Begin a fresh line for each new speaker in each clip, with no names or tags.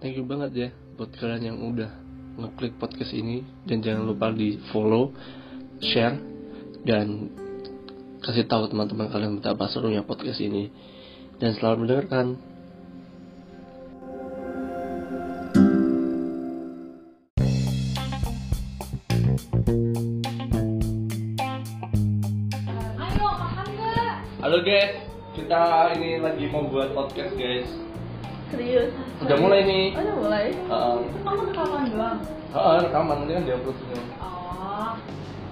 thank you banget ya buat kalian yang udah ngeklik podcast ini dan jangan lupa di follow, share dan kasih tahu teman-teman kalian betapa serunya podcast ini dan selamat mendengarkan.
Ayo makan gak?
Halo guys, kita ini lagi mau buat podcast guys.
Serius?
Udah mulai nih.
Oh, udah mulai?
Heeh.
Itu kamu rekaman doang?
Heeh, rekaman nanti kan diupload semua.
Oh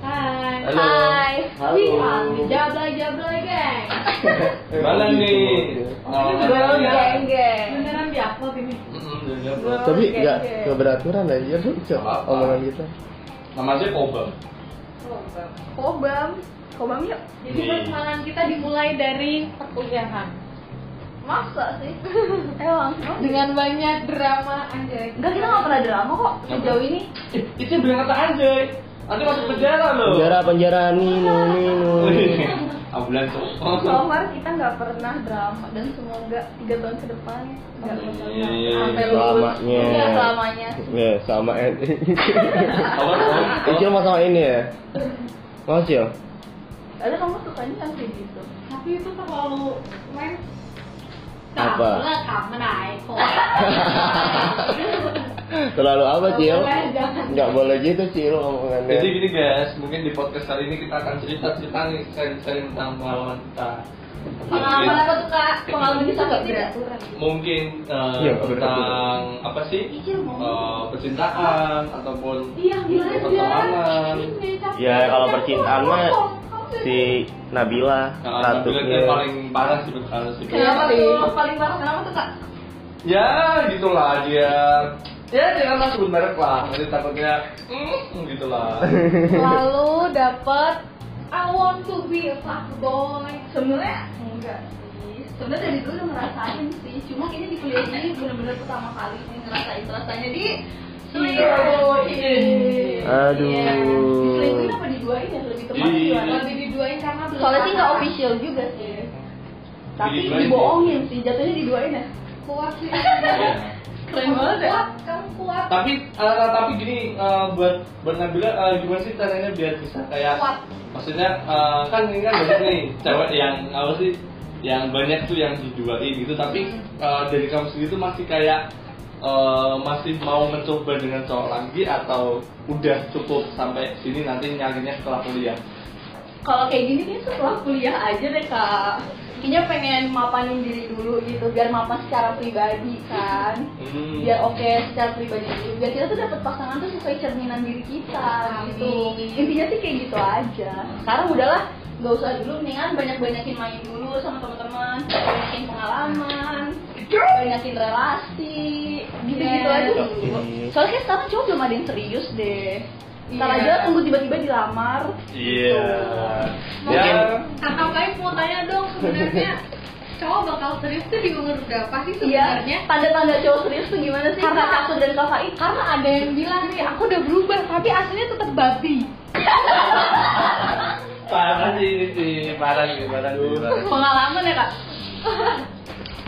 Hai
Halo.
Hai
Halo.
Wih, ambil jablay-jablay geng
Gimana Eh, nih?
Ini beneran geng-geng Beneran ya? diupload ini
Heeh, udah diupload.
Tapi
Oke,
nggak
oke.
nggak beraturan aja tuh
Nggak apa-apa.
omongan gitu. kita.
Namanya Kobam.
Kobam Kobam yuk Jadi
Nih.
pertemanan kita dimulai dari perkuliahan Masa sih? Emang Dengan banyak drama anjay Enggak, kita gak pernah drama kok
sejauh
ini
Ih, Itu yang bilang kata anjay. Nanti masuk penjara loh.
Penjara penjara nino nino.
Ambulan tuh.
Somar kita nggak pernah drama dan semoga tiga tahun ke depan nggak
Amin.
pernah drama. sampai lulus
Selamanya.
Iya, selamanya
Ya sama eh,
Apa?
Kecil
Apa?
mau sama ini ya. Mau Cil?
ada kamu sukanya yang kayak gitu
tapi itu terlalu main
Apa?
lah kamu naik kok
Terlalu apa Cil?
kan
Boleh, jangan.
Nggak boleh gitu Cil
Jadi
omongannya.
gini guys, mungkin di podcast kali ini kita akan cerita-cerita nih, sharing-sharing tentang pengalaman kita.
pengalaman apa tuh kak pengalaman kita nggak
tidak
beraturan
kurang
Mungkin eh,
Iya,
tentang apa sih?
Iya,
Ijil
Eh, percintaan ataupun
iya gila dia
pertemanan.
iya,
kan
Ya, kalau percintaan mah Si Nabila
Nah,
ratu.
bilang dia paling parah sih menurut kalian sih.
kenapa
Iya,
tuh
sih.
paling parah kenapa tuh kak
Ya, gitulah dia. Ya, jangan lah sebut merek lah. Nanti takutnya, hmm, gitulah.
selalu dapat I want to be a fuck boy
sebenarnya enggak sih sebenarnya dari dulu udah ngerasain sih cuma ini di kuliah ini benar-benar pertama kali sih ngerasain rasanya di Iya.
Iya.
selingkuhin
Aduh.
Iya. diselingkuhin apa diduain ya lebih tepat
Di-
gimana?
lebih diduain karena belum
Soalnya sih nggak
pacaran.
official juga sih. Iya. Tapi
Diduain
dibohongin sih, jatuhnya diduain ya.
kuat sih
Iya.
Keren banget ya.
kuat kamu kuat
tapi eh, tapi gini eh, buat buat Nabila eh, gimana sih caranya biar bisa kayak
Kuat.
maksudnya eh, kan ini kan banyak nih cewek yang apa sih yang banyak tuh yang dijualin gitu tapi eh, dari kamu sendiri tuh masih kayak eh, masih mau mencoba dengan cowok lagi atau udah cukup sampai sini nanti nyarinya setelah kuliah
Kalau kayak gini kayaknya setelah kuliah aja deh kak. Kayaknya pengen mapanin diri dulu gitu, biar mapan secara pribadi kan.
hmm.
Biar oke secara pribadi dulu. Biar kita tuh dapet pasangan tuh sesuai cerminan diri kita gitu.
Amin.
Intinya sih kayak gitu aja. Sekarang udahlah nggak usah dulu mendingan banyak-banyakin main dulu sama teman-teman banyakin pengalaman banyakin relasi gitu-gitu
Yes.
aja dulu soalnya kayak sekarang cowok belum ada yang serius deh Ntar
Iya.
aja tunggu tiba-tiba dilamar
iya
Mungkin-
ya
kakak baik mau tanya dong sebenarnya cowok bakal serius tuh di umur berapa sih
Iya,
sebenarnya
tanda-tanda cowok serius tuh gimana sih?
Karena-
Karena aku dan Kak Fai
karena ada yang bilang nih aku udah berubah tapi aslinya tetap babi
parah sih ini sih parah sih parah sih, parah.
pengalaman ya Kak?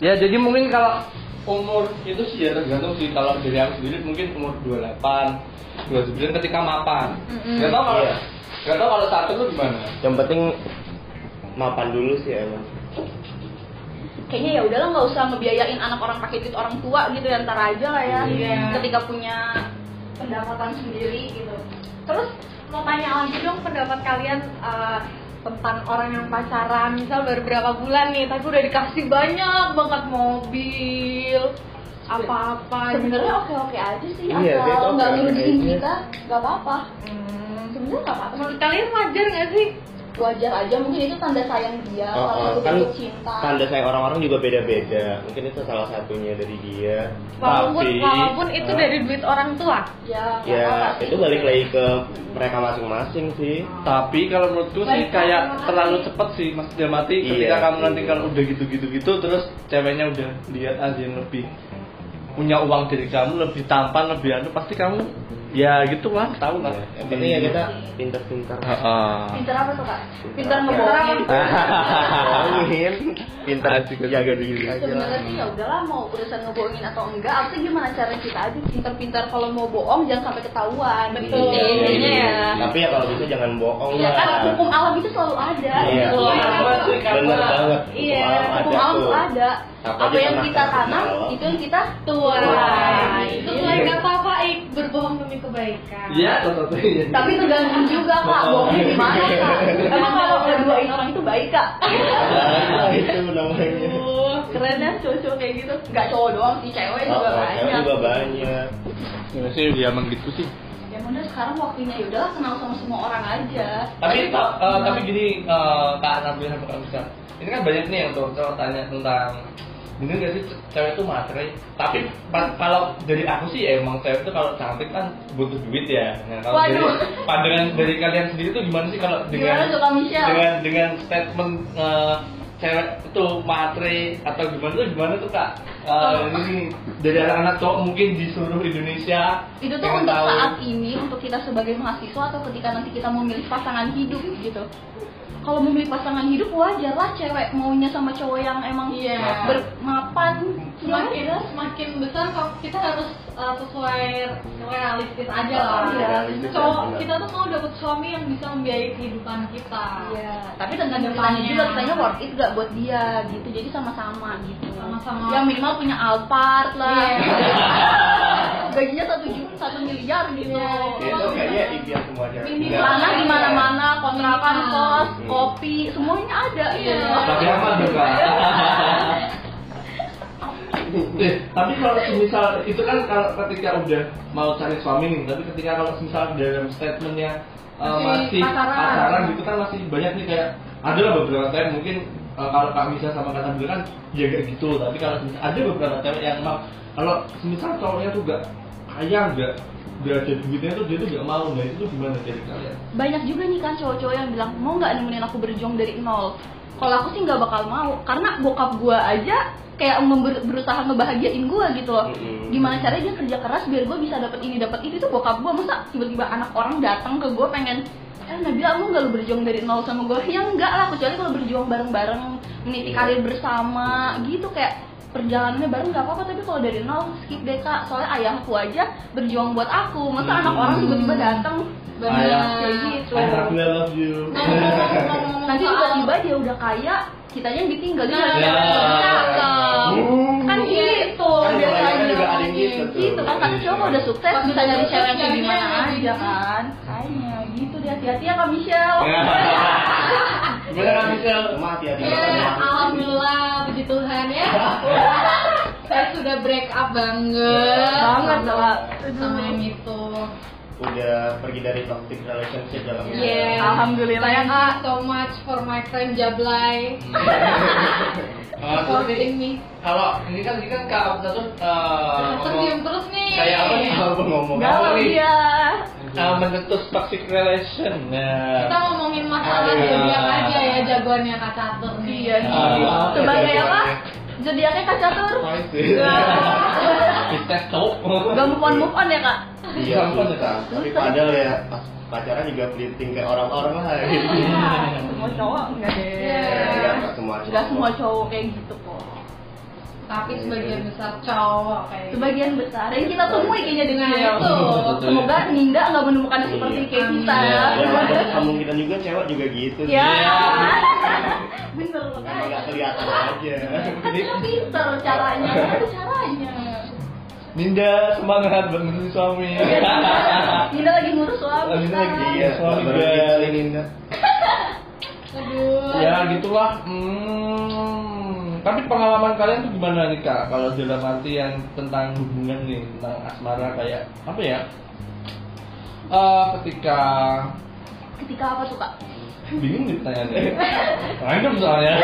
Ya jadi mungkin kalau umur itu sih ya tergantung sih kalau dari aku sendiri mungkin umur 28, 29 ketika mapan.
Mm-mm.
Gak tau kalau
Iya.
gak tau kalau satu tuh gimana.
Yang penting mapan dulu sih emang.
Kayaknya ya udahlah nggak usah ngebiayain anak orang pakai duit orang tua gitu ya, ntar aja lah ya.
Iya.
Ketika punya pendapatan sendiri gitu.
terus mau tanya lagi dong pendapat kalian eh, tentang orang yang pacaran misal baru berapa bulan nih tapi udah dikasih banyak banget mobil apa-apa gitu.
Iya. Nah, Sebenarnya oke-oke aja sih,
Iya, dia tuh
asal nggak
oke-oke
ngerugiin
aja.
kita, nggak apa-apa.
Hmm.
Sebenarnya nggak apa-apa.
menurut kalian wajar nggak sih
Wajar aja, mungkin itu tanda sayang dia,
Oh,
kalau
oh,
itu
kan
bentuk cinta.
tanda sayang orang-orang juga beda-beda. Mungkin itu salah satunya dari dia.
walaupun
Tapi-
walaupun itu
Eh.
dari duit orang tua
Ya, nggak
Ya,
apa-apa sih.
itu balik lagi ke mereka masing-masing sih.
Tapi kalau menurutku sih
Baik, terima
kayak
kasih.
terlalu cepet sih maksudnya mati
Iya,
ketika kamu nanti
iya.
kalau udah gitu-gitu gitu terus ceweknya udah lihat aja yang lebih punya uang dari kamu lebih tampan lebih anu pasti kamu ya gitu lah tahu lah
Ya, yang penting ya kita pintar-pintar.
Heeh.
Pinter apa tuh kak?
Pintar ngebohongin.
Bohongin, pintar Iya.
Asik, ya, asik.
jaga diri aja lah.
Sebenarnya sih ya udahlah mau urusan ngebohongin atau enggak, apa gimana cara kita aja pintar-pintar kalau mau bohong jangan sampai ketahuan.
Betul.
Iya,
Iya,
intinya
iya.
ya.
Tapi ya kalau bisa jangan bohong
Iya
lah.
kan hukum alam itu selalu ada.
Iya.
gitu loh.
Bener banget.
Iya,
Hukum alam tuh ada.
Apa
Apa yang
ditanam,
kita
apa
tanam
ditanam.
itu yang kita
Iya.
Tuai.
tuai. kan?
Itu tuai gak apa-apa, Ik. Berbohong demi kebaikan.
Iya, salah satunya.
Tapi tergantung juga kak, bohongnya gimana kak? Emang kalau ngeduain orang itu baik kak?
Nah, itu namanya.
Aduh, keren ya cowok-cowok kayak gitu. Gak cowok doang sih, cewek
Oh, oh,
juga
cewek
banyak.
juga banyak.
Ya sih ya emang gitu sih.
Ya udah sekarang waktunya ya udahlah kenal sama semua orang aja. Nah,
Tapi eh, tapi gini eh, Kak Nabil sama Kak Musa. Ini kan banyak nih yang teman-teman tanya tentang bener gak sih ce- cewek itu materai? Tapi pa- kalau dari aku sih ya emang cewek itu kalau cantik kan butuh duit ya. Nah, kalau dari
Waduh.
pandangan dari kalian sendiri tuh gimana sih kalau
Gimana
dengan
tuh Kak Michelle?
dengan dengan statement eh, cewek itu matre atau gimana tuh gimana tuh kak Eh, ini dari anak-anak cowok mungkin di seluruh Indonesia
itu tuh
pengen
untuk
tahu.
saat ini untuk kita sebagai mahasiswa atau ketika nanti kita mau milih pasangan hidup gitu kalau mau milih pasangan hidup wajar lah cewek maunya sama cowok yang emang ya
Iya.
bermapan
Semakin semakin besar kok kita harus uh, sesuai realistis aja lah.
Ah, iya.
Realistis,
Cowok
benar.
kita tuh mau dapet suami yang bisa membiayai kehidupan kita.
Iya, tapi tergantung kitanya juga kitanya worth it gak buat dia gitu jadi sama-sama gitu
Sama-sama.
yang minimal punya Alphard lah gajinya satu juta satu miliar gitu
Iya.
Ya,
Itu kayaknya impian semua cewek.
Iya.
Mimpi
Tanah di mana-mana, kontrakan,
Iya.
kos,
Hmm.
kopi, semuanya ada. gitu.
Iya.
Tapi apa tuh kak? Eh, tapi kalau misal itu kan kalau ketika udah mau cari suami nih, tapi ketika kalau misal dalam statementnya eh,
Masih
masih
pacaran.
pacaran gitu kan masih banyak nih kayak ada lah beberapa cewek mungkin eh, kalau Kak Misa sama Kak Nabil kan jaga gitu, tapi kalau misal, ada beberapa cewek yang mau kalau misal cowoknya tuh gak kaya gak gak ada duitnya tuh dia tuh gak mau, nah itu tuh gimana dari kalian?
Banyak juga nih kan cowok-cowok yang bilang mau nggak nemenin aku berjuang dari nol. Kalau aku sih nggak bakal mau, karena bokap gua aja kayak member- berusaha ngebahagiain gua gitu loh.
Mm-mm.
Gimana caranya dia kerja keras biar gua bisa dapat ini dapat itu tuh bokap gua masa tiba-tiba anak orang datang ke gua pengen eh Nabila mau nggak lu berjuang dari nol sama gua? Ya enggak lah, kecuali kalau berjuang bareng-bareng
Iya.
meniti karir bersama gitu kayak perjalanannya bareng nggak apa-apa tapi kalau dari nol skip deh kak soalnya ayahku aja berjuang buat aku masa
Hmm.
anak orang tiba-tiba datang
Ayah.
kayak gitu
I love you.
Iya,
nanti tiba-tiba dia udah kaya kitanya yang ditinggal dia
Nah,
lagi
Kan
Iya.
kan gitu
Kan kebanyakan
biasanya.
juga ada yang gitu tuh.
gitu kan karena cowok udah sukses
Pas
bisa nyari
sukses
cewek yang kayak
nyarinya
gimana
yang
aja
gitu.
kan kayaknya gitu dia hati-hati ya kak Michelle
Iya.
Gimana kan Michel? Cuma hati-hati.
Ya, alhamdulillah puji Tuhan ya. Saya sudah break up banget.
banget lah
Sama yang itu.
Udah pergi dari toxic relationship dalam hidup.
Yeah.
Alhamdulillah ya,
Thank
Kak.
you so much for my friend Jablay
Kalau aku sih,
supporting me.
kalau ini kan ini kan kak Abdul tuh eh,
Terus diem
ngomong
terus nih.
kayak apa sih
Apa ngomong?
dalam dia
eh, mencetus toxic relation.
Kita
Nah,
ngomongin masalah
Aduh.
zodiak aja ya jagoannya Kak Catur nih.
iya gitu
Ah,
sebagai
iya,
apa
iya.
zodiaknya kak catur
Masih.
kita stop.
gak move on move on ya kak
Iya susah. Tapi padahal ya pas pacaran juga flirting kayak orang-orang lah.
Iya.
gitu.
semua cowok enggak
Iya.
deh
Ya, ya, nggak semua.
Gak semua cowok kayak gitu kok
Tapi sebagian besar cowok kayak gitu.
Sebagian besar yang kita temui kayaknya dengan
Iya,
itu
betul.
Semoga Ninda gak menemukan yang seperti
Iya.
kayak kita
Ya,
Iya,
walaupun kemungkinan juga cewek juga gitu. sih.
Ya Bener loh
Memang
iya.
nggak
Kak.
kelihatan aja.
Kan dia pinter caranya, kan ada caranya
Ninda semangat bantu suami.
Ninda lagi ngurus suami
Ninda lagi,
kan
iya. Sorry, guys.
Aduh.
ya gitulah. Hmm. Tapi pengalaman kalian tuh gimana nih kak? Kalau dalam arti yang tentang hubungan nih, tentang asmara kayak apa ya? Eh, ketika
Ketika apa tuh kak?
bingung ditanya Random soalnya.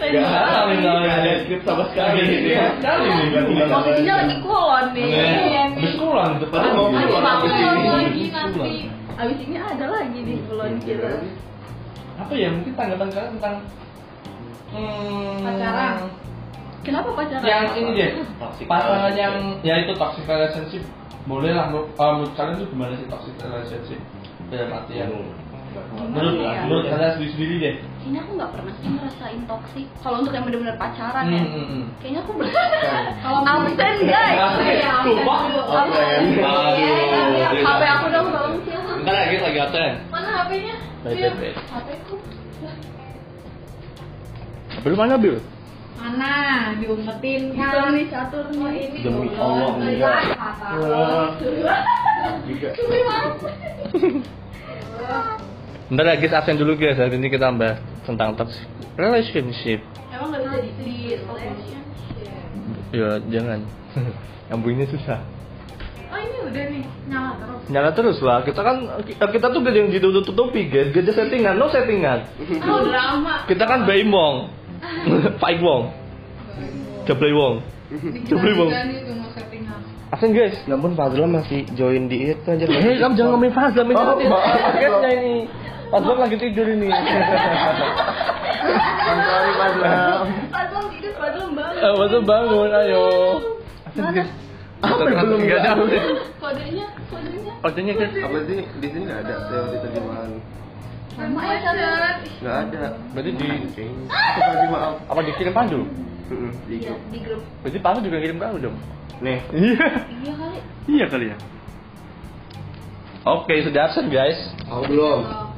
Saya
Gak
juga.
ada
Nggak ada skrip sama sekali.
Iya, sekali nih.
Tiba-tiba.
Posisinya lagi kulon nih
Iya, Habis pulang, depannya mau
Habis
pulang
Aku
habis ini.
mau lagi
iya. Habis
nanti.
pulang.
Abis ini ada lagi di
Iya,
kulon kita
Apa ya mungkin tanggapan kalian tentang hmm,
Pacaran.
Kenapa pacaran?
Yang ini deh,
Toxic
pasangan
relationship.
yang ya itu toxic relationship boleh lah menurut, eh, menurut kalian tuh gimana sih toxic relationship dalam
Iya.
artian Iya. menurut
Gimana ya?
menurut kalian sendiri sendiri deh
Kayaknya aku nggak pernah sih ngerasain toksik. Kalau untuk yang benar-benar pacaran
Hmm,
ya,
hmm, hmm.
kayaknya aku belum.
Kalau
Absen guys.
Iya,
Sumpah.
absen dulu.
Absen.
Iya, iya, iya.
Aduh.
HP aku dong tolong Sil.
Bentar ya, kita lagi absen.
Mana HP-nya?
Baik,
Sil.
Iya.
baik, baik.
HP ku.
Belum mana Bil?
Mana? Diumpetin
Bisa
kan?
nih catur
Oh,
nih.
ini
Demi
dulu.
Allah, enggak.
Apa?
Juga.
Bentar ya, guys, absen dulu guys. Hari ini kita bahas tentang toxic relationship.
Emang nggak bisa di di selection.
Ya, jangan. Yang bunyinya susah.
Oh, ini udah nih. Nyala terus.
Nyala terus lah. Kita kan kita, kita tuh gak ada yang ditutup-tutupi, guys. Gak ada settingan, no settingan.
Oh, drama.
Kita kan Baim Wong. Paik Wong. Jablay Wong. Jebri, Bang.
Digital-digital itu mau settingan.
Absen guys.
Ya ampun Fadla masih join di itu aja.
Hei, Iya, kamu jangan ngomongin Fazla, ini
Oh,
nanti
maaf.
podcastnya ini. Fazla lagi tidur ini.
I'm sorry Fadla.
Padahal tidur, padahal bangun.
Eh, Fazla bangun, ayo.
Mana?
Apa yang belum
Nggak ada.
Kodenya, kodenya.
Kodenya guys.
Apa sih di sini nggak ada yang diterjemahan?
Sama ya
Iya.
catur.
Nggak ada.
Berarti di-
Ah!
Apa sih maaf?
Apa dikirim Pandu?
Mm-mm, di
Iya,
grup.
di grup.
Berarti Pandu juga kirim kamu dong.
Nih.
Iya.
Iya kali.
Iya kali ya. Oke, sudah absen guys.
Aku belum.
Oh.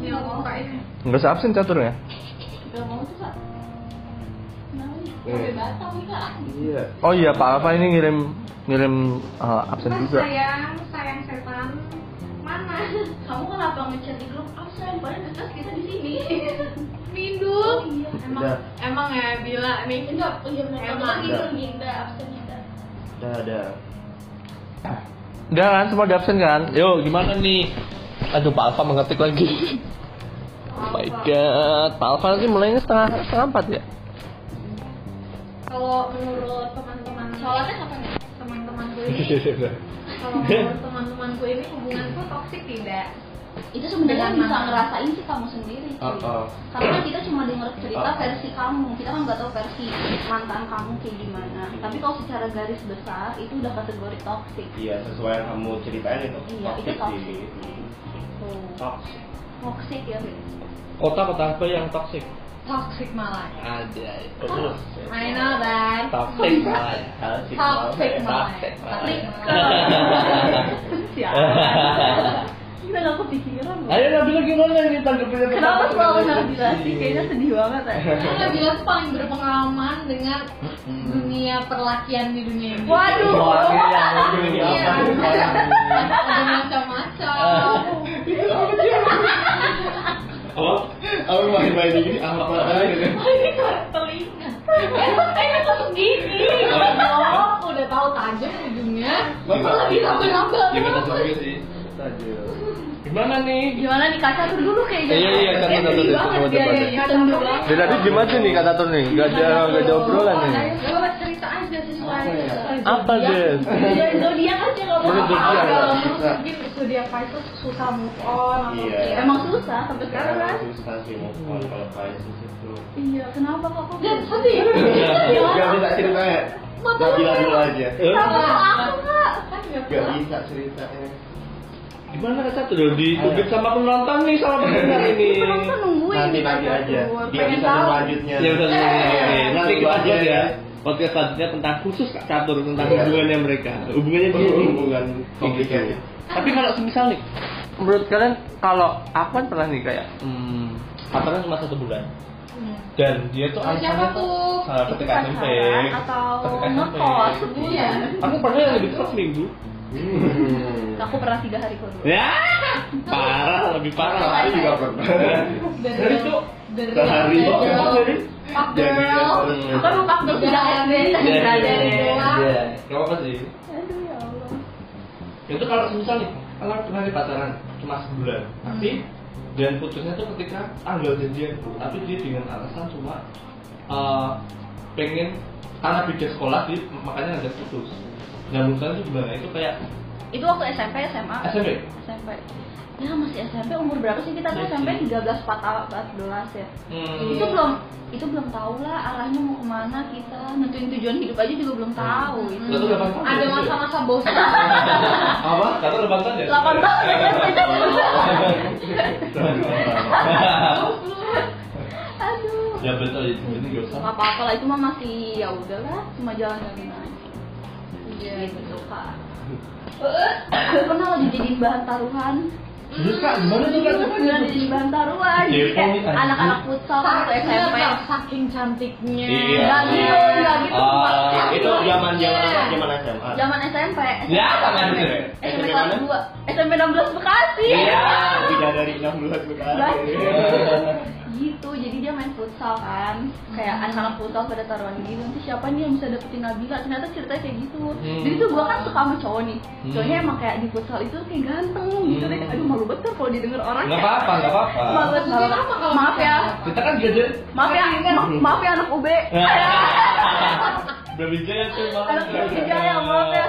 Ini
Nggak
mau
mau.
kayaknya.
Enggak usah absen caturnya.
Gak mau tuh kak. Kenapa nih?
Hmm.
Sampai batal nih kak.
Iya.
Oh iya, Pak Alfa ini ngirim ngirim eh, absen
Mas
juga.
sayang, sayang setan. Mana?
Kamu kenapa ngechat di grup? Absen, padahal jelas kita di sini.
Rindu.
Oh iya.
Emang
Udah.
emang ya bila nih.
Enggak, iya benar. Kamu
Emang.
lagi belum Ginda, absen Ginda.
Udah ada.
Udah kan, semua udah absen kan? Yo, gimana nih? Aduh, Pak Alfa mengetik lagi. Oh my god, Pak Alfa nanti mulainya setengah setengah empat ya?
Kalau menurut teman-teman
Sholatnya kapan ya?
teman-temanku ini kalau menurut teman-temanku ini hubunganku toksik tidak
Itu sebenarnya
Dengan
bisa
mana?
ngerasain sih kamu sendiri. sih.
Uh-uh.
Karena kita cuma denger cerita
Uh-uh.
versi kamu, kita kan nggak tahu versi mantan kamu kayak gimana. Tapi kalau secara garis besar itu udah kategori toxic.
Iya sesuai yang kamu ceritain itu.
Iya, itu toxic.
sih.
Tuh.
Toxic.
Toxic ya, Fit?
Kota-kota apa yang toksik?
toksik malah
Ada. ya.
ya.
I know that
Toksik malah.
Toxic.
toksik malah
Toxic malah.
Toxic.
Siapa? Kita nggak kepikiran loh.
Ayo Nabila gimana nih tanggapinnya?
Kenapa selalu Nabila sih? Kayaknya sedih banget ya.
Karena Nabila tuh paling berpengalaman dengan dunia perlakian di dunia ini
Waduh.
ya,
Iya. Ada macam-macam
Apa? Oh, Apa main-main ini? Apa?
ini telinga
eh,
emang kayaknya langsung gini oh udah tahu tajam ujungnya
Masa?
malah bisa menambah
Ya
Iya,
kata juga sih. Gimana nih?
Gimana nih kaca tuh dulu kayaknya?
Iya, iya, Kak Catur, Catur,
Sedih banget
coba,
dia
coba.
nih, Catur dulu.
Jadi tadi gimana sih nih kata Tony? Gak ada gak ada obrolan nih.
Gak cerita aja sesuai sesuai
Apa guys?
Iya, zodiak aja nggak
Menurut
apa-apa.
zodiak.
Kalau
Iya.
mungkin zodiak Pisces susah move on atau
Iya.
Emang susah sampai sekarang
Sekarang
kan?
susah sih move on kalau Pisces itu.
Iya, kenapa kok?
Ya,
dan sedih
Iya,
Iya, Gak bisa cerita ya. Gak bilang dulu aja.
Sama aku kak.
kan nggak
Gak
pernah.
bisa ceritanya.
Gimana kata tuh ditutup sama penonton nih sama pendengar ini.
Kenapa nungguin? gitu kan.
Nanti nanti aja. Dia
Pengen
bisa
tahu.
selanjutnya.
Ya udah nih, nih, nih. nanti kita
Lanjut
buat
aja.
ya podcast selanjutnya tentang khusus Kak Catur tentang hubungannya mereka. Hubungannya dia nih.
Hubungan
Gitu.
komplikasi.
Tapi kalau semisal nih, menurut kalian kalau aku kan pernah nih kayak hmm, pacaran cuma satu bulan
Hmm.
dan dia tuh
Sama siapa
alasannya
tuh?
Salah
Itu
ketika SMP.
pacaran atau
Ketika SMP.
ngekos
Iya.
sebulan?
Aku pernah yang lebih cepat seminggu.
Hmm.
Aku pernah tiga hari kok.
Iya.
Ya, parah lebih parah.
Aku juga pernah.
The
Jadi
real-
tuh,
the real
sehari.
girl. Fuck
Jadi eh,
girl.
sehari.
Apa lu fuck girl? Sudah SD.
Iya,
Sudah
iya,
dari
iya.
doang.
eh,
Iya, Gak apa sih.
Aduh ya Allah.
Itu kalau misal nih, kalau aku pernah di pacaran cuma sebulan,
Hmm.
tapi dan putusnya tuh ketika tanggal janjian tuh, tapi dia dengan alasan cuma eh, pengen karena pikir sekolah sih, makanya ada putus. Dan menurut kalian tuh gimana? Itu kayak
Itu waktu SMP, SMA.
SMP.
SMP. ya masih SMP umur berapa sih kita tuh
Iya
SMP 13 14 ya
Hmm.
itu belum itu belum tahu lah arahnya mau kemana kita nentuin tujuan hidup aja juga belum tahu
Hmm.
gitu. itu
Lo tuh delapan tahun
Hmm. Ada
ya?
masa-masa bosan.
Apa? Kata delapan tahun ya?
delapan tahun ya aduh
Ya betul itu, ini gak usah
nggak apa-apa lah itu mah masih ya udahlah cuma jalan-jalan aja
Iya.
gitu kak Aku pernah lagi jadiin bahan taruhan
Terus kak, gimana
Iya,
tuh kak?
Pernah dijadiin bahan taruhan Jadi
Depo nih,
kayak
anjing.
anak-anak futsal waktu SMP
saking cantiknya.
Iya.
Gak gitu, gak gitu
Ah,
itu zaman zaman
Iya.
zaman SMA.
Zaman SMP
Ya, tangan itu ya?
SMP
SMP
kelas
mana?
2 SMP 16 Bekasi
Iya.
Tidak dari 16
Bekasi.
bulan.
gitu jadi dia main futsal kan
Hmm.
kayak anak-anak futsal pada taruhan gitu nanti siapa nih yang bisa dapetin Nabila ternyata ceritanya kayak gitu
Hmm.
jadi tuh gua kan suka sama cowok nih
Hmm.
cowoknya emang kayak di futsal itu kayak ganteng gitu
Hmm.
deh aduh malu banget kan kalau didengar orang
Gak apa-apa, gak apa-apa
malu banget malu banget.
Kenapa kalau
maaf ya
Kita kan juga ada
maaf ya ma- maaf ya anak UB
Brawijaya tuh maaf.
anak Brawijaya maaf ya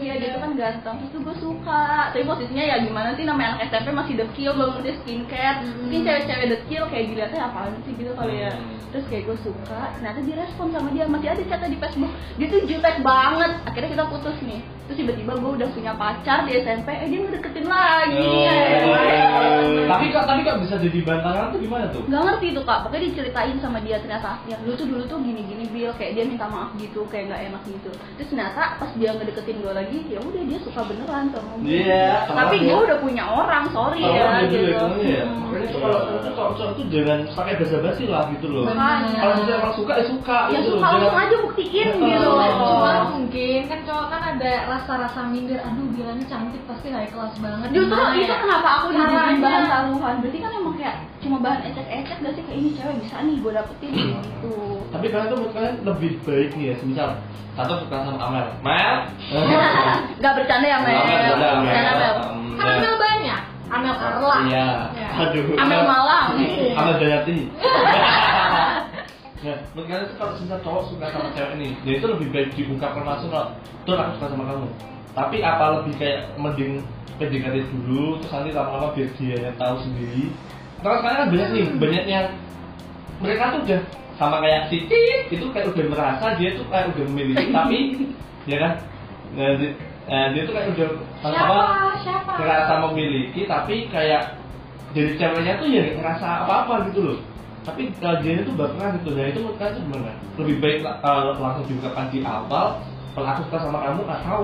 Iya dia tuh kan ganteng, terus tuh gue suka Tapi posisinya ya gimana sih namanya anak SMP masih dekil, belum ngerti skincare Mungkin cewek-cewek dekil kayak dilihatnya apaan sih gitu kali ya
Hmm.
Terus kayak gue suka, ternyata direspon sama dia, masih ada chatnya di Facebook Dia tuh jutek banget, akhirnya kita putus nih Terus tiba-tiba gue udah punya pacar di SMP, eh dia ngedeketin lagi ya.
iya, Oh. Tapi kok tapi kok bisa jadi bantaran tuh gimana tuh?
Gak ngerti tuh kak, pokoknya diceritain sama dia ternyata ya lu tuh dulu tuh gini-gini Bill kayak dia minta maaf gitu, kayak gak enak gitu Terus ternyata pas dia ngedeketin gue lagi, ya udah dia suka beneran sama gue
Iya,
Tapi
sama
gue
dia.
udah punya orang, sorry
Sama dia
ya
dulu
gitu
ya, sama dia.
Hmm.
Makanya tuh kalau itu kalau cowok tuh jangan pakai basa-basi lah gitu loh.
Makanya.
Kalau misalnya orang suka ya suka
Ya
gitu loh.
suka langsung
Jangan-
aja buktiin
Oh.
gitu
Cuma mungkin kan cowok kan ada rasa-rasa minder. Aduh, gila nih cantik pasti high class banget.
Justru
Gimana
itu
ya?
kenapa aku dijadiin
Caranya.
bahan taruhan Berarti kan emang kayak cuma bahan ecek-ecek gak sih kayak ini cewek bisa nih gue dapetin gitu
Tapi kalian tuh menurut kalian lebih baik nih ya, misal satu suka sama Amel. Mel.
Gak bercanda ya Mel,
Iya. bercanda, Mel.
bercanda Mel
Hmm,
Kan Amel banyak. Amel Arla.
Iya.
Ya.
Aduh.
Amel Malang
Amel Dayati. Nah, menurut kalian tuh kalau misalnya cowok suka sama cewek nih, jadi itu lebih baik diungkapkan langsung kalau tuh aku suka sama kamu. Tapi apa lebih kayak mending PDKT dulu, terus nanti lama-lama biar dia yang tahu sendiri. Terus sekarang kan banyak
Hmm.
nih, banyak yang mereka tuh udah sama kayak si Tit, itu kayak udah merasa dia tuh kayak udah memiliki, tapi ya kan, nah, di- nah, dia tuh kayak udah
Siapa?
sama-sama
Siapa?
ngerasa memiliki tapi kayak jadi ceweknya tuh ya ngerasa apa-apa gitu loh tapi kajiannya tuh nggak pernah gitu dan itu menurut kalian tuh gimana? lebih baik uh, langsung diungkapkan di awal kalau aku suka sama kamu atau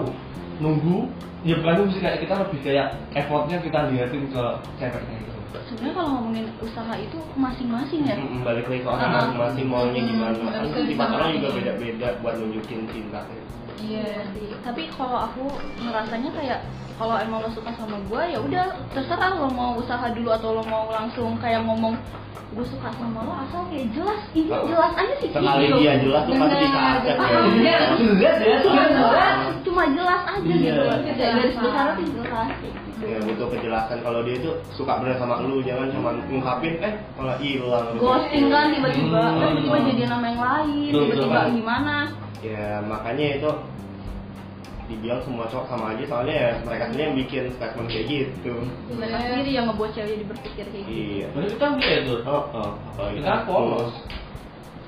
nunggu ya bukan nunggu sih kayak kita lebih kayak effortnya kita liatin ke ceweknya gitu
Sebenarnya kalau ngomongin usaha itu masing-masing ya
Mm, balik lagi ke orang
Ah.
masing-masing maunya gimana
Hmm,
kan
harus
sifat orang
disamain.
juga beda-beda buat nunjukin cintanya
Iya sih. Tapi kalau aku ngerasanya kayak kalau emang lo suka sama gue ya udah terserah lo mau usaha dulu atau lo mau langsung kayak ngomong gue suka sama lo asal kayak jelas ini
Oh.
jelas aja sih gitu.
sekali
Iya.
dia jelas tuh pasti
Bener,
bisa ada
bener.
ya.
jelas ya
cuma jelas cuma jelas aja
Iya.
gitu kayak garis besar tuh jelas kayak gitu.
Ya, butuh kejelasan kalau dia tuh suka bener sama lu jangan cuma ngungkapin eh malah hilang gitu.
ghosting kan tiba-tiba
Hmm.
kan tiba-tiba jadi nama yang lain
Betul,
tiba-tiba
betul.
gimana
ya makanya itu dibilang semua cowok sama aja soalnya ya mereka sendiri yang bikin statement kayak gitu
mereka sendiri yang ngebuat cewek jadi berpikir kayak gitu
iya
Berarti kita kayak itu
oh, oh. apalagi
kita
Iya,
polos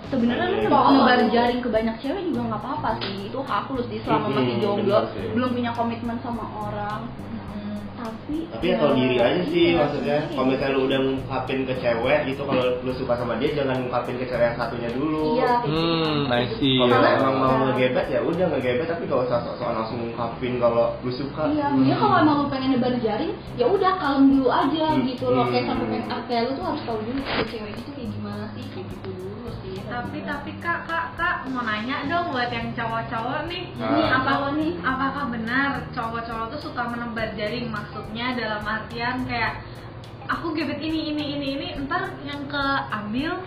sebenarnya lu
Iya.
nge- ngebar jaring ke banyak cewek juga nggak apa-apa sih itu hak lu sih selama
Hmm,
masih jomblo
benar sih.
belum punya komitmen sama orang
Hmm.
tapi
tapi ya tahu diri aja sih
iya,
maksudnya
sendiri.
kalau misalnya lu udah ngungkapin ke cewek gitu kalau lu suka sama dia jangan ngungkapin ke cewek yang satunya dulu
iya kayak gitu.
Hmm, I see
kalau
Karena-
emang mau ngegebet ya udah ngegebet tapi gak usah sok-sokan langsung ngungkapin kalau lu suka
Iya, dia kalau emang lu pengen nebar jaring, ya udah kalem dulu aja
Hmm.
gitu loh. Kayak sampai
Hmm.
make up kayak lu tuh harus tahu dulu si cewek itu kayak gimana sih, kayak gitu dulu sih.
Tapi tapi kak kak kak mau nanya dong buat yang cowok-cowok nih.
ini
Ah.
apa lo nih?
Apakah benar cowok-cowok tuh suka menebar jaring? Maksudnya dalam artian kayak aku gebet ini ini ini ini, ntar yang keambil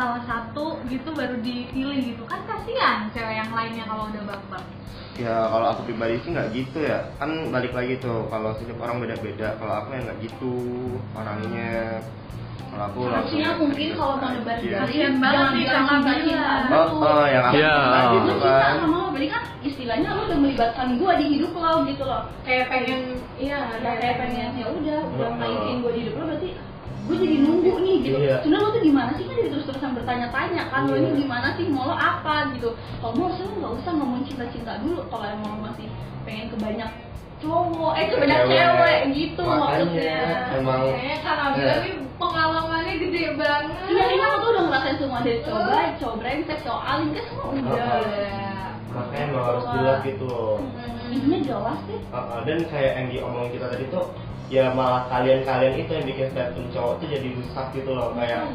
salah satu gitu baru dipilih gitu kan kasihan cewek yang lainnya kalau udah bak-bak.
ya kalau aku pribadi sih nggak gitu ya kan balik lagi tuh kalau setiap orang beda-beda kalau aku ya nggak gitu orangnya Kalau aku
harusnya
langsung-
mungkin kalau mau nebar
Iya.
nebarin
Kasian banget
jangan
nih,
bilang
sangat
cinta
gila.
cintaan
Oh,
dulu.
oh, yang aku
Iya.
bilang
Lu
gitu
cinta
kan.
sama lo, berarti kan istilahnya lo udah melibatkan gue di hidup lo gitu loh
kayak pengen
Iya, udah kayak pengen ya udah, udah
Heeh.
ngelainin gue di hidup lo berarti gue jadi nunggu nih gitu.
Iya.
Sebenarnya lo tuh gimana sih? Kan jadi terus-terusan bertanya-tanya kan lo
Iya.
ini gimana sih? Mau lo apa gitu? Kalau mau sih lo nggak usah ngomong cinta-cinta dulu. Kalau emang lo masih pengen kebanyak cowok, eh kebanyak
Cewek.
cewek gitu
Makanya.
maksudnya.
Emang-
kayaknya karena Abila
Iya.
nih pengalamannya gede banget
Iya, ini aku tuh udah ngerasain semua dari cowok baik, cowok brengsek, cowok alim kan semua udah.
Makanya emang harus jelas gitu loh.
Intinya jelas deh.
Uh, dan kayak yang diomongin kita tadi tuh ya malah kalian-kalian itu yang bikin statement cowok tuh jadi rusak gitu loh kayak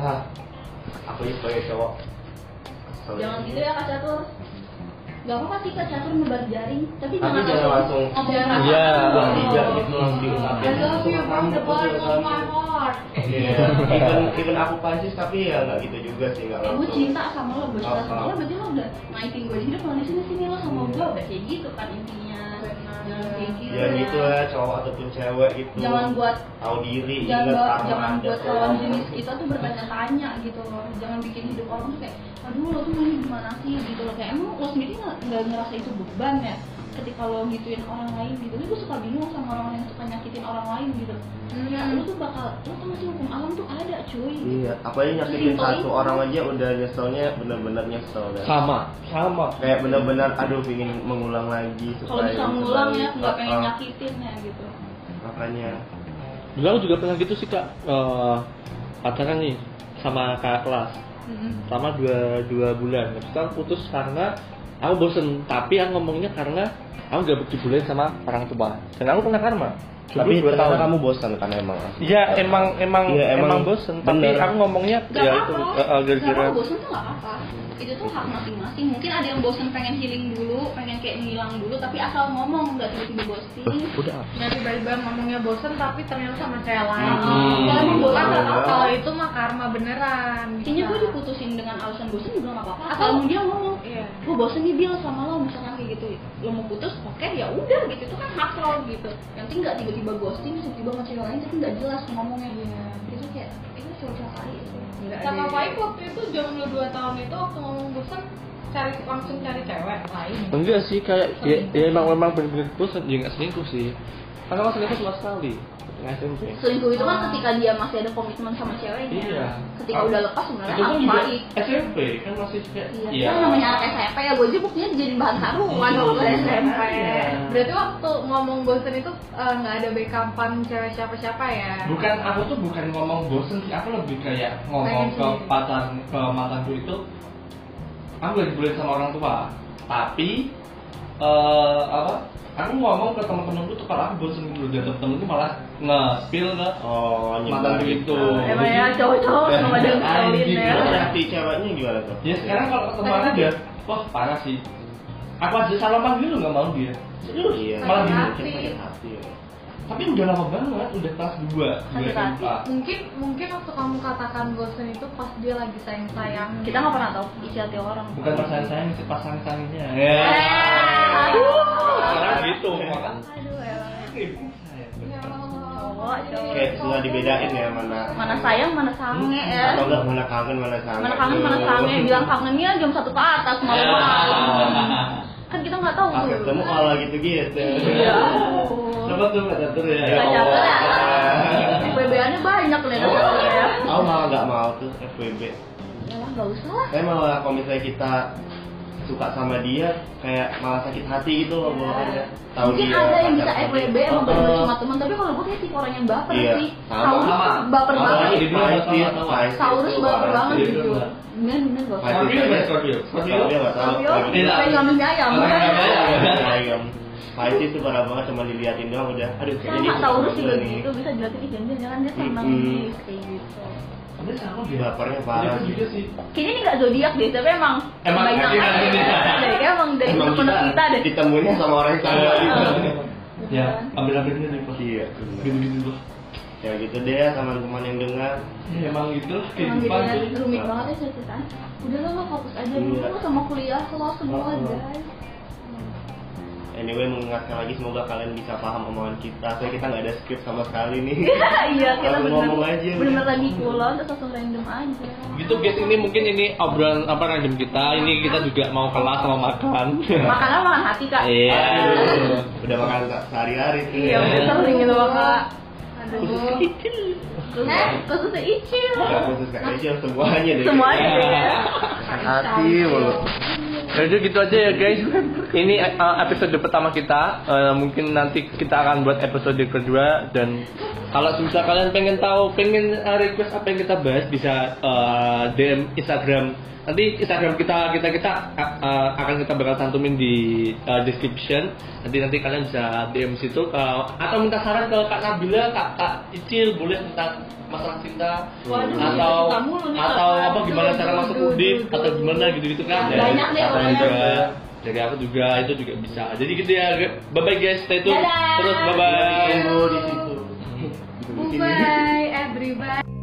Hmm. Iya.
ah aku ini sebagai cowok kesel
Jangan
ini."
gitu ya Kak Catur. Gak apa-apa sih Kak Catur nyebar jaring, tapi
Tapi
jangan
jangan langsung.
ngomongin
Iya.
apa-apa.
Buat
Oh.
tidak gitu langsung diungkapin
I love you from the bottom of my heart
Iya, even, even aku Pansis tapi ya nggak gitu juga sih nggak
Ya, gue
langsung
cinta sama lo, gue cinta
Oh,
sama
oh.
lo, berarti lo udah naikin gue di hidup lo di sini sini lo sama gue udah kayak gitu kan intinya.
Benar.
Jangan kayak gitu.
Jangan gitu ya cowok ataupun cewek gitu
Jangan buat
tahu diri
jangan
ingat Iya,
buat
sama
Iya, jangan
ada
buat
cowok.
lawan jenis kita tuh bertanya-tanya gitu loh. Jangan bikin hidup orang tuh kayak, aduh lo tuh ini gimana sih gitu loh. Kayak emang lo sendiri nggak nggak ngerasa itu beban ya? Ketika lo gituin orang lain gitu, Ini gue suka bingung sama orang yang suka nyakitin orang lain gitu. Ya,
Hmm.
Hmm,
lo tuh bakal, lo tuh masih hukum alam tuh ada cuy.
Iya,
gitu.
apalagi nyakitin satu orang aja udah nyeselnya benar-benar nyesel ya. dah.
sama
sama
kayak benar-benar aduh ingin mengulang lagi
Kalau
supaya
bisa
lebih
ngulang ya,
baik.
nggak pengen
Ah, ah,
nyakitin ya gitu.
eh, makanya
dulu aku juga pernah gitu sih kak Eh, pacaran nih sama kakak kelas
Hmm.
sama dua dua bulan Habis itu aku putus karena aku bosen tapi aku ngomongnya karena aku gak dibulain sama orang tua dan aku kena karma Dulu
tapi
dua
ternyata
tahun.
kamu bosan kan emang
Iya emang emang
Iya,
emang,
emang
bosen
bener.
tapi aku ngomongnya
Gak
ya itu
apa-apa,
eh, eh,
gak
gara-gara
apa-apa, bosen tuh gak apa-apa Itu tuh hak masing-masing, mungkin ada yang bosen pengen healing dulu, pengen kayak ngilang dulu Tapi asal ngomong, gak tiba-tiba ghosting
udah
Nggak tiba-tiba ngomongnya bosen tapi ternyata sama cewek lain
Hmm.
Kalau emang bosen
Iya.
kalau- kalau itu mah karma beneran Iya.
Intinya gue
Bisa.
diputusin dengan alasan bosen juga gak apa-apa
Atau-
Asal dia ngomong,
Iya.
gue bosen nih Bill sama lo misalkan kayak gitu Lo mau putus, oke ya udah gitu, itu kan hak lo gitu Yang penting gak tiba-tiba ghosting, terus tiba-tiba sama cewek lain tapi gak jelas ngomongnya Itu kayak, itu cowok-cowok kali itu
Nggak sama Faik
ya.
waktu itu jomblo 2 tahun itu waktu ngomong bosen cari langsung cari cewek lain
enggak sih kayak ya, ya emang memang bener-bener bosen ya nggak selingkuh sih karena aku selingkuh cuma sekali nggak SMP
Selingkuh itu kan ketika dia masih ada komitmen sama ceweknya
Iya.
Ketika
Ah.
udah lepas sebenarnya
itu kan
harus
juga
baik
SMP kan masih kayak
Iya, kan namanya anak SMP ya, gue aja buktinya jadi bahan haruman
Iya.
waktu
Iya.
SMP
Berarti waktu ngomong bosen itu eh, nggak ada backupan cewek siapa-siapa ya?
bukan aku tuh bukan ngomong bosen sih aku lebih kayak
Pengen
ngomong ke
sendiri.
pacar ke mantanku itu aku gak dibolehin sama orang tua tapi eh apa aku ngomong ke teman-temanku tuh kalau aku bosen gitu dan temen-temenku malah nge-spill ke
oh kan.
mantanku itu
Emang ya cowok-cowok sama ada yang
Iya. Anjing.
ngeselin
Iya.
ya
Terus hati ceweknya gimana tuh
ya sekarang kalau ketemu anak dia wah parah sih aku aja salaman gitu nggak mau dia Serius,
iya
malah
Sakit
gini
hati.
sakit hati ya.
tapi udah lama banget udah kelas 2 2
Sakit hati.
SMA
Mungkin mungkin waktu kamu katakan bosen itu pas dia lagi sayang-sayang
Kita nggak pernah tahu isi hati orang.
bukan pasangan saya masih pasangan sanginya ya
Eh.
Karena gitu makan
Aduh, elangnya.
Ya
Cowok, cowok.
kayak nggak dibedain ya mana
Mana sayang, mana sange ya.
atau nggak mana kangen mana kangen
Mana kangen, mana sange. Bilang kangennya jam satu ke atas malam-malam. Kan kita nggak tahu
pas
tuh.
Ya. ketemu kalau gitu gitu
Iya.
coba tuh nggak catur ya
Ya
Nggak
Allah.
catur. BBA-nya banyak nih. Ya
aku malah nggak mau tuh FWB
lah, nggak usah lah.
Tapi malah kalau misalnya kita suka sama dia kayak malah sakit hati gitu loh pokoknya. Tahu
Iya. Mungkin
dia
ada yang bisa
pacar sama
FWB
dia.
emang bener
Oh,
cuma teman, tapi kalau gue kayak tipe orang yang baper
Iya,
sih.
sama.
Saurus
Sama.
baper
Sama.
banget.
Apalagi Pisces, Pisces
Saurus
tuh,
baper banget
Iya,
gitu.
bener.
Bener bener gak usah.
Scorpio ya Scorpio Scorpio
Kalau dia nggak tahu.
Scorpio,
Kalau dia-
Iya.
pengen ngambil ayam.
Orang yang ngambil ayam.
Ayam. Pisces tuh parah banget cuma diliatin doang udah. Aduh, kayaknya
Sama
dia
Taurus
suka
juga
nih.
gitu, bisa jelasin ih jangan-jangan dia senang
Mm-mm.
nih kayak gitu.
tapi sama
Dia Bapernya parah.
Itu juga sih
Kayaknya ini gak zodiak deh, tapi emang
Emang
banyak
zodiak
aja.
ini.
Dari emang dari
Emang
teman kita deh. Iya.
Ditemuinnya sama orang yang sama gitu.
ya ambil ambilnya nih pasti
Iya.
gitu gitu loh
Ya gitu deh teman-teman yang dengar.
Ya, emang gitu lah
Emang gitu
kehidupan
ya,
sih
rumit banget ya ceritanya. Udah lah lo fokus aja
Iya.
dulu sama kuliah lo semua
Oh. Ya
guys.
anyway mengingatkan lagi semoga kalian bisa paham omongan kita soalnya kita nggak ada script sama sekali nih
iya kita
Langsung
bener
ngomong aja.
bener lagi pulau terus langsung random aja
Gitu guys, ini mungkin ini obrolan apa random kita. Ini kita juga mau kelas sama makan.
makanan makan hati kak
Iya.
Aduh, udah makan se- sehari-hari tuh
iya
Iya.
bener nih gitu kak
Aduh.
khusus khususnya icil
Gak khusus kak Rachel, semuanya deh
semuanya deh
Iya.
ya
hati mulut
Jadi gitu aja ya guys. Ini uh, episode pertama kita. Uh, mungkin nanti kita akan buat episode kedua dan kalau misal kalian pengen tahu, pengen uh, request apa yang kita bahas bisa uh, DM Instagram. Nanti Instagram kita kita kita uh, uh, akan kita bakal cantumin di uh, description. Nanti nanti kalian bisa DM situ uh, atau minta saran ke Kak Nabila, Kak, Kak Icil boleh tentang masalah cinta
Waduh,
atau
cinta mulu nih,
atau
Kak.
apa gimana cara masuk
Duh, duh,
UDIN
duh,
atau
duh.
gimana gitu-gitu kan
Banyak deh
Kata
pokoknya.
juga, dari aku juga itu juga bisa jadi gitu ya bye bye guys stay tune
Dadah.
terus bye bye
tunggu di situ Tunggu di sini.
Bye, everybody.